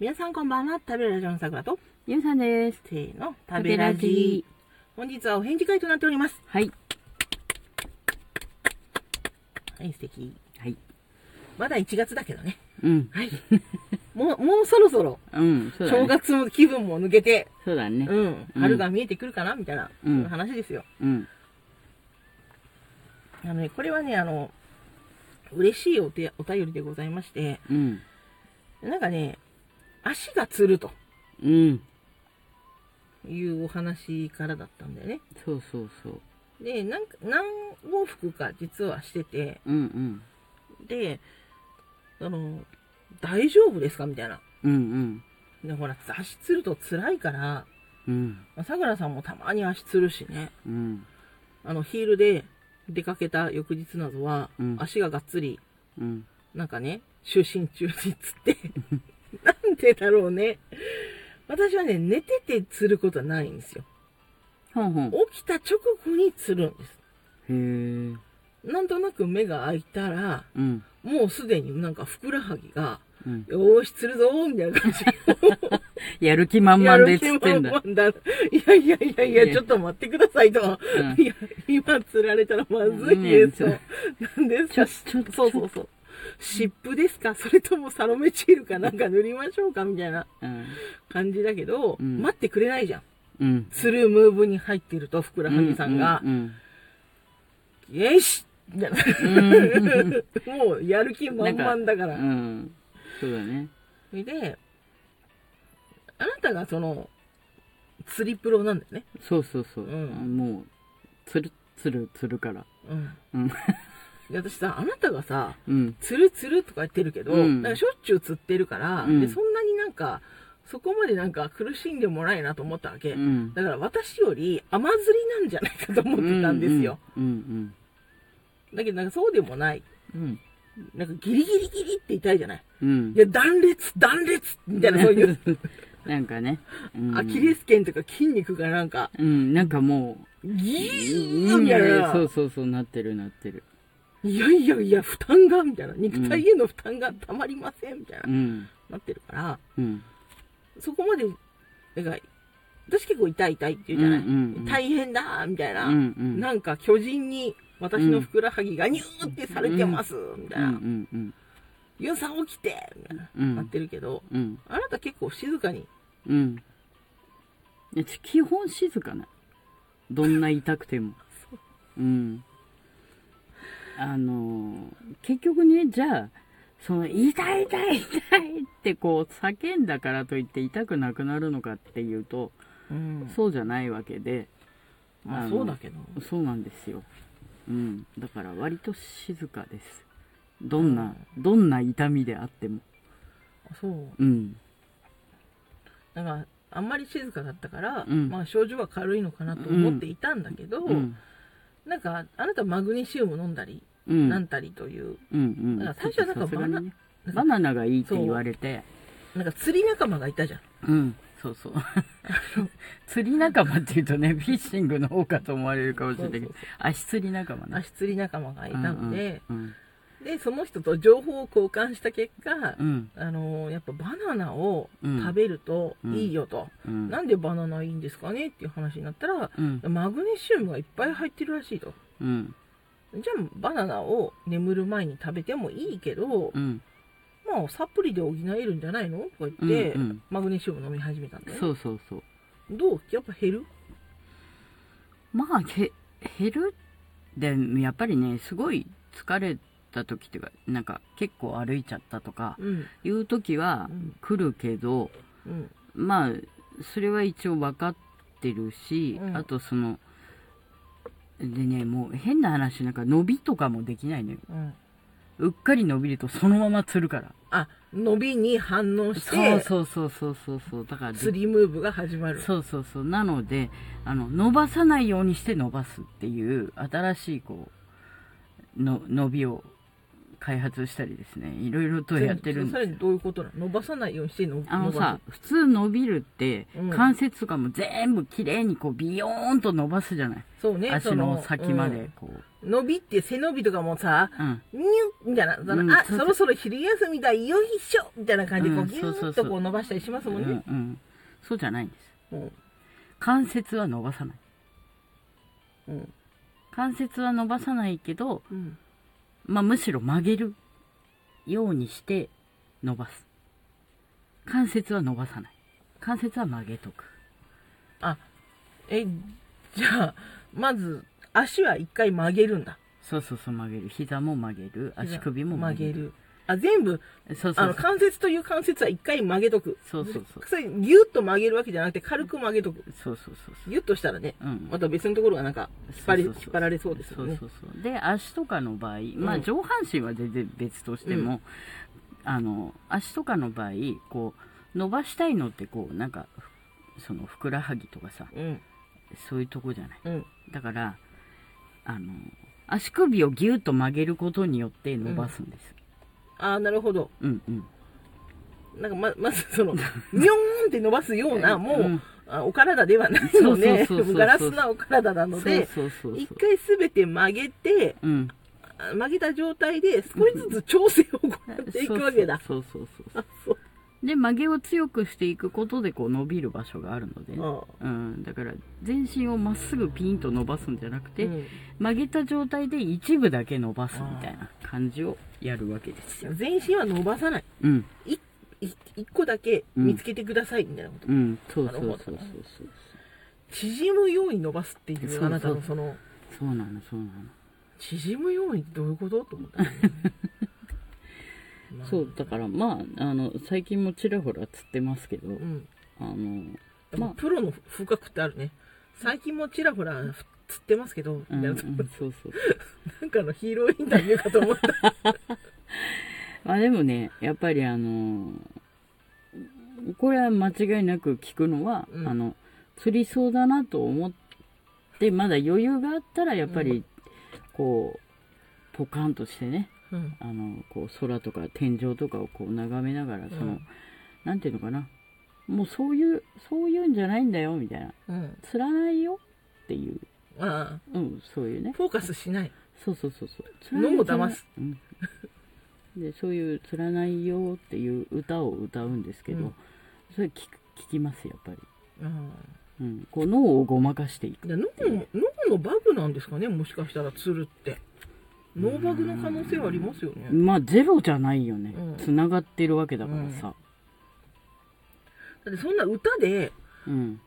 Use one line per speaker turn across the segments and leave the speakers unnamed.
皆さんこんばんは。食べラジオの桜と、
ゆうさんです。
せーの、食べラジ。本日はお返事会となっております。
はい。
はい、素敵。
はい。
まだ1月だけどね。
うん。
はい。 もう、もうそろそろ、
うん。そうだ
正
ね。
月の気分も抜けて、
そうだね。
うん、春が見えてくるかなみたいな、
うん
そういう話ですよ。
うん。
あのね、これはね、あの、嬉しいお手お便りでございまして、
うん。
なんかね、足がつると
うん。
いうお話からだったんだよね。
そうそうそう。
で、なんか何往復か実はしてて、
うん
で、あの、大丈夫ですかみたいな。
うん。うん
で、ほら、足つると辛いから、
うん。うん。
まあさくらさんもたまに足つるしね、
うん。
あの、ヒールで出かけた翌日などは、
うん
足ががっつり、
うん。
なんかね、就寝中につって、 なんでだろうね。私はね、寝ててつることはないんですよ。
ほんほん。
起きた直後につるんです。
へえ。
なんとなく目が開いたら、
うん。
もうすでになんかふくらはぎが、
うん。
よーし、つるぞーみたいな感じ
やる気満
や
々で
る
っ
気
つ
満
ってん
々
だ。
だ。いやいやいやいや、ちょっと待ってくださいと。
う ん
いや、今釣られたらまずいですよ。
うん
何です
ちょ、
か
ちょ、
そうそうそう。湿布ですかそれともサロメチールかなんか塗りましょうかみたいな
うん。
感じだけど、
うん
待ってくれないじゃん。
うん。
つるムーブに入ってると、ふくらはぎさんが
う、ん。
よしみたいなもうやる気満々だか
う
ら。
ん。そうだね。
それで、あなたがその、釣りプロなんだよね。
そうそうそう。
うん
もう、つる、つる、つるから。
うん。
うん。
で私さ、あなたがさ、
うん。
つるつるとか言ってるけど、
うん
だからしょっちゅう釣ってるから、
うん
でそんなになんかそこまでなんか苦しんでもらえなと思ったわけ、
うん。
だから私より甘釣りなんじゃないかと思ってたんですよ、。
うん
だけどなんかそうでもない
うん。うん。
なんかギリギリギリって言いたいじゃない
うん
い。や断裂断裂みたいなそういう
なんかね。うん
アキレス腱とか筋肉がなんか
うん、なんかも
ギ
う、
ーみたいな、
そうそうそう、なってるなってる。
いやいやいや負担がみたいな肉体への負担がたまりませんみたいな、
うん。
なってるから
うん。
そこまで、なんか、私結構痛い痛いって言うじゃない、
うんうんうん
大変だみたいな、
うんうん
なんか巨人に私のふくらはぎがニューってされてます、みた
う
いな、
んうん
ユンさん起きてみたいな、
うん
なってるけど、
うん。うん。
あなた結構静かに、
うん。いやち基本静かな。どんな痛くても。うん。あのー、結局ね、じゃあ、その、痛い痛い痛いってこう叫んだからといって痛くなくなるのかっていうと、そうじゃないわけで、
ま
あ
あ
の
そうだけど、
そうなんですよ。うん。だから割と静かです。どんな、どんな痛みであっても。
そう。
うん。
だから、あんまり静かだったから、
うん
まあ症状は軽いのかなと思っていたんだけど、
うん。
なんか、あなたマグネシウム飲んだり、
うん。
なんたりという、
うんうん。
だから最初はなんか
さすがに
バナ
ね
なんか
バナナがいいって言われて、
なんか釣り仲間がいたじゃん。
うん。そう そう。釣り仲間っていうとね、フィッシングの方かと思われるかもしれないけ
そう
ど
そう、
足釣り仲間ね。
足釣り仲間がいたので、
うん
でその人と情報を交換した結果、
うん。
あのーやっぱバナナを
うん
食べるといいよと、
うん。
なんでバナナいいんですかねっていう話になったら、
うん。
マグネシウムがいっぱい入ってるらしいと
うん。
じゃあバナナを眠る前に食べてもいいけど、
うん。
まあサプリで補えるんじゃないのとか言って、
うんうん
マグネシウム飲み始めたんだよね
そうそうそう。
どうやっぱ減る
まあへ減るでやっぱりねすごい疲れた時っていうかなんか結構歩いちゃったとか
うん
いう時は
うん
来るけど、
うん
まあそれは一応分かってるし、
うん
あとそのでねもう変な話なんか伸びとかもできないのよ
うん
うっかり伸びるとそのままつるから
あ伸びに反応して
そうそうそうそうそうそうだからで
釣りムーブが始まる
そうそうそうなのであの伸ばさないようにして伸ばすっていう新しいこうの伸びを開発したりですねいろいろとやってるん
そ
で
れ
す
どういうことなの伸ばさないようにしての
あの
伸ば
さ普通伸びるって
うん
関節とかも全部きれいにこうビヨーンと伸ばすじゃない、
すそうね
足の先まで、こう、
そのうん伸びって背伸びとかもさ
うん
ニュッみたいなその、
うん
あ
そうそう
そろそろ昼休みだよいしょみたいな感じでこ
う
うんギュ
そうそ
ー
う
ッ
そ
と
う
こう伸ばしたりしますもん
うん
ね、
うんそうじゃないんです
うん
関節は伸ばさない
うん
関節は伸ばさないけど、
うん、
まあ、むしろ曲げるようにして伸ばす関節は伸ばさない関節は曲げとく
あえじゃあまず足は一回曲げるんだ
そうそうそう曲げる膝も曲げる足首も
曲
曲げ
げ
る
るあ全部
そうそ
あ
う
の
そう
関節という関節は一回曲げとく
そうそうそう
それギュッと曲げるわけじゃなくて軽く曲げとく
そうそうそうそう
ギュッとしたらね
うん
また別のところがなんか引っ張り
そうそうそう
引っ張られそうですよね
そうそうそうで足とかの場合、まあ、
うん
上半身は全然別としても、あの足とかの場合こう伸ばしたいのってこうなんかそのふくらはぎとかさ
うん
そういうとこじゃない
うん
だからあの足首をギュッと曲げることによって伸ばすんです、
ああなるほど
うん、うん
なんかまま ずそのにょーんって伸ばすようなもう、
うん
あお体ではないので
そうそうそうそう
ガラスなお体なので
そうそうそう
一
そう
回すべて曲げて
うん
あ曲げた状態で少しずつ調整を行っていくわけだ
そうそうそう そう
あそう
で曲げを強くしていくことでこう伸びる場所があるので、
ああ
うん、だから全身をまっすぐピンと伸ばすんじゃなくて、
うん
曲げた状態で一部だけ伸ばすみたいな感じをやるわけですよ。
全身は伸ばさない
うん、
いい一個だけ見つけてくださいみたいなこと、
うん、そうそ
な
う
る
そ
ほ
う
ど
そうそう。
縮むように伸ばすってい
そう
う
そう
あなたのその
そうなの、そうなの。
縮むようにってどういうことと思ったのね、まあ
そう、だからまあ、あの、最近もちらほらつってますけど、
うん
あの、
でも
まあ、
プロの風格ってあるね最近もちらほら釣ってますけど、みた
う
い
ん、う
なん
そうそう。
なんかのヒーローインタビューかと思った
まあでもね、やっぱりあの、これは間違いなく聞くのは、
うん
あの、釣りそうだなと思って、まだ余裕があったら、やっぱり、こう、ポカンとしてね、
うん
あの こう空とか天井とかをこう眺めながらその、
うん
なんていうのかなもうそういうそういうんじゃないんだよみたいな
うん
釣らないよっていう、
あ
うん、そういう
あ
ね
フォーカスしない
そうそうそうそう釣
脳を騙す、
釣らないうん、でそういう「釣らないよ」っていう歌を歌うんですけど、
うん
それ聞く聞きますやっぱり、
うん
うん、こう脳をごまかしていく
で脳脳のバグなんですかねもしかしたら釣るって脳バグの可能性はありますよね、
まあゼロじゃないよね
うん
つな、がってるわけだからさ、
だってそんな歌で
うん
ん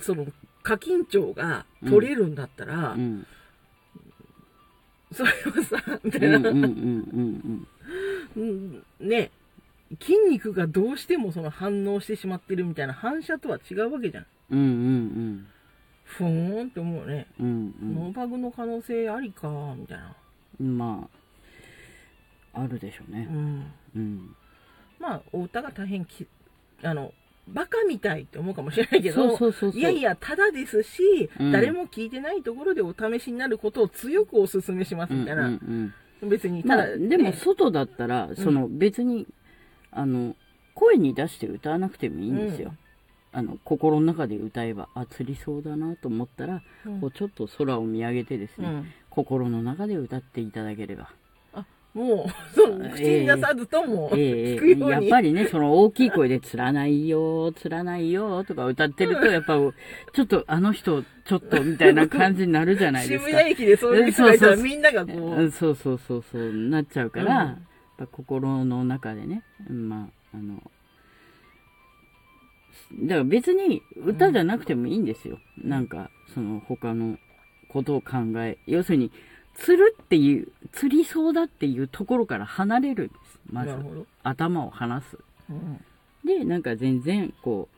その課金長が取れるんだったら、
うん、
それはさみた
う
い
んう
な、
んうんうんうん
うんね筋肉がどうしてもその反応してしまってるみたいな反射とは違うわけじゃん
うんうん
ふーんって思うね、
うんうん
ノーバグの可能性ありかみたいな
うんまああるでしょう
う
ね
ん
うん
まあお歌が大変きあのバカみたいって思うかもしれないけど
そうそうそうそう
やいやただですし、
うん
誰も聞いてないところでお試しになることを強くお勧めしますみたいな、
うんうん
別に
うんま
た
あ
だ、
でも外だったらその別にあの声に出して歌わなくてもいいんですよあの心の中で歌えばあ釣りそうだなと思ったら
うん
こうちょっと空を見上げてです
う
ね
ん
心の中で歌っていただければ
あもうそう口に出さずとも
ええ
聞くよう
やっ
に、
ぱりね、その大きい声で、つらないよ、つらないよ、とか歌っ てると、やっぱ、ちょっと、あの人、ちょっと、みたいな感じになるじゃないで
渋
すか。
谷駅でそういう人がいたらみんながこう
うんそうそうそうそう、なっちゃうから、
うん
やっぱ心の中でね、まあ、あの、だから別に歌じゃなくてもいいんですよ。なんか、その他のことを考え、要するに、釣るっていう、釣りそうだっていうところから離れるんです。まず
なる、ほど、
頭を離す。
うん
でなんか全然こ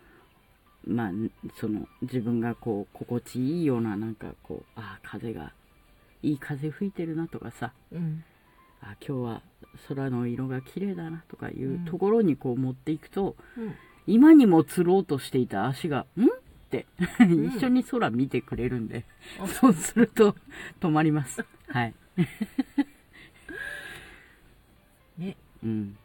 うまあその自分がこう心地いいようななんかこうああ風がいい風吹いてるなとかさ
うん
あー今日は空の色が綺麗だなとかいううんところにこう持っていくと、
うん
今にも釣ろうとしていた足が「ん?」って
ん
一緒に空見てくれるんで、
あ
そうすると止まりますはい
ね
うん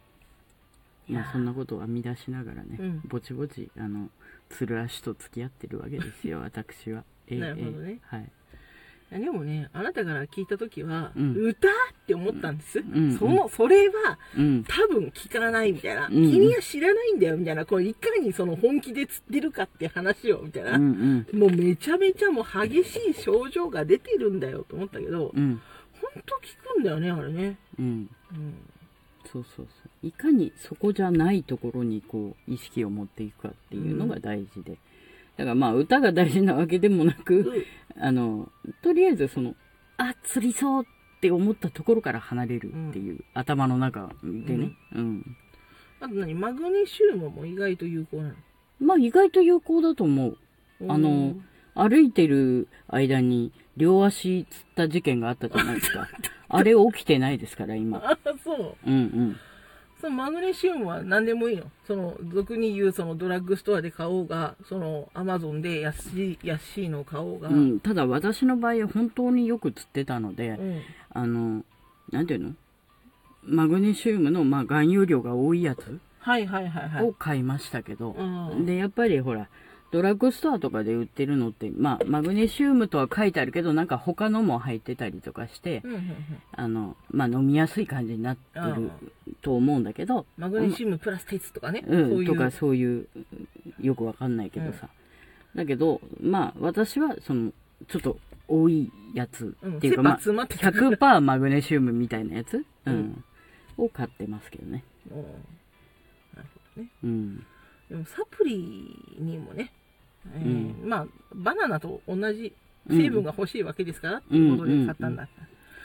いや
まあそんなことを編み出しながらね、
うん
ぼちぼちあの鶴足と付き合ってるわけですよ私は、ええ
なるほどね
ええはい
いやでもねあなたから聞いた時は、
うん
歌って思ったんです、
んうん
そのそれは
うん
多分聞かないみたいな、
んうん
君は知らないんだよみたいなこれいかにその本気で釣ってるかって話をみたいな、
うんうん
もうめちゃめちゃもう激しい症状が出てるんだよと思ったけど、
うん
ほんと効くんだよねあれね、
うん
うん、
そうそうそういかにそこじゃないところにこう意識を持っていくかっていうのが大事で、だからまあ歌が大事なわけでもなく、あのとりあえずそのあ釣りそうって思ったところから離れるっていう、頭の中でね、うん、
あと何マグネシウムも意外と有効なの
まあ意外と有効だと思うあの歩いてる間に両足つった事件があったじゃない ですか。あれ起きてないですから、今。
あそう
うんうん。
そのマグネシウムは何でもいいのその俗に言うそのドラッグストアで買おうがそのアマゾンで安い安いのを買おうが、
うん、ただ私の場合は本当によく釣ってたので、
うん
あの、なんていうのマグネシウムの、まあ、含有量が多いやつ
はいはいはいはい
を買いましたけど、
うん
で、やっぱりほら、ドラッグストアとかで売ってるのって、まあ、マグネシウムとは書いてあるけど、なんか他のも入ってたりとかして、
うんうんうん
あの、まあ、飲みやすい感じになってると思うんだけど、
マグネシウムプラス鉄とかね、
うん、
そういう
とかそういうよくわかんないけどさ、だけどまあ私はそのちょっと多いやつ
うん
ってい
切羽
うか、まあ、
詰まってた
100%マグネシウムみたいなやつ、うん
うん
を買ってますけどね、
うんなるほどね
うん、
でもサプリにもね、えーまあバナナと同じ成分が欲しいわけですから、っていうことで買ったんだ、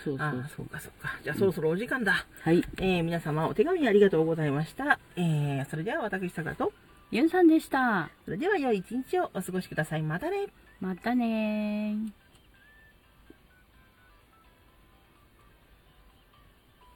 そうそ
あ
う
あそうかそうかじゃあそろそろお時間だ、
はい
えー皆様お手紙ありがとうございました、えーそれでは私さくらと
ゆんさんでした
それでは良い一日をお過ごしくださいまたね
またねー